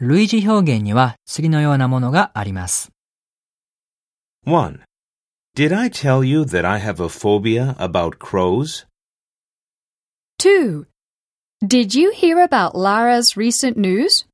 類似表現には次のようなものがあります。 1. Did I tell you that I have a phobia about crows? 2. Did you hear about Lara's recent news?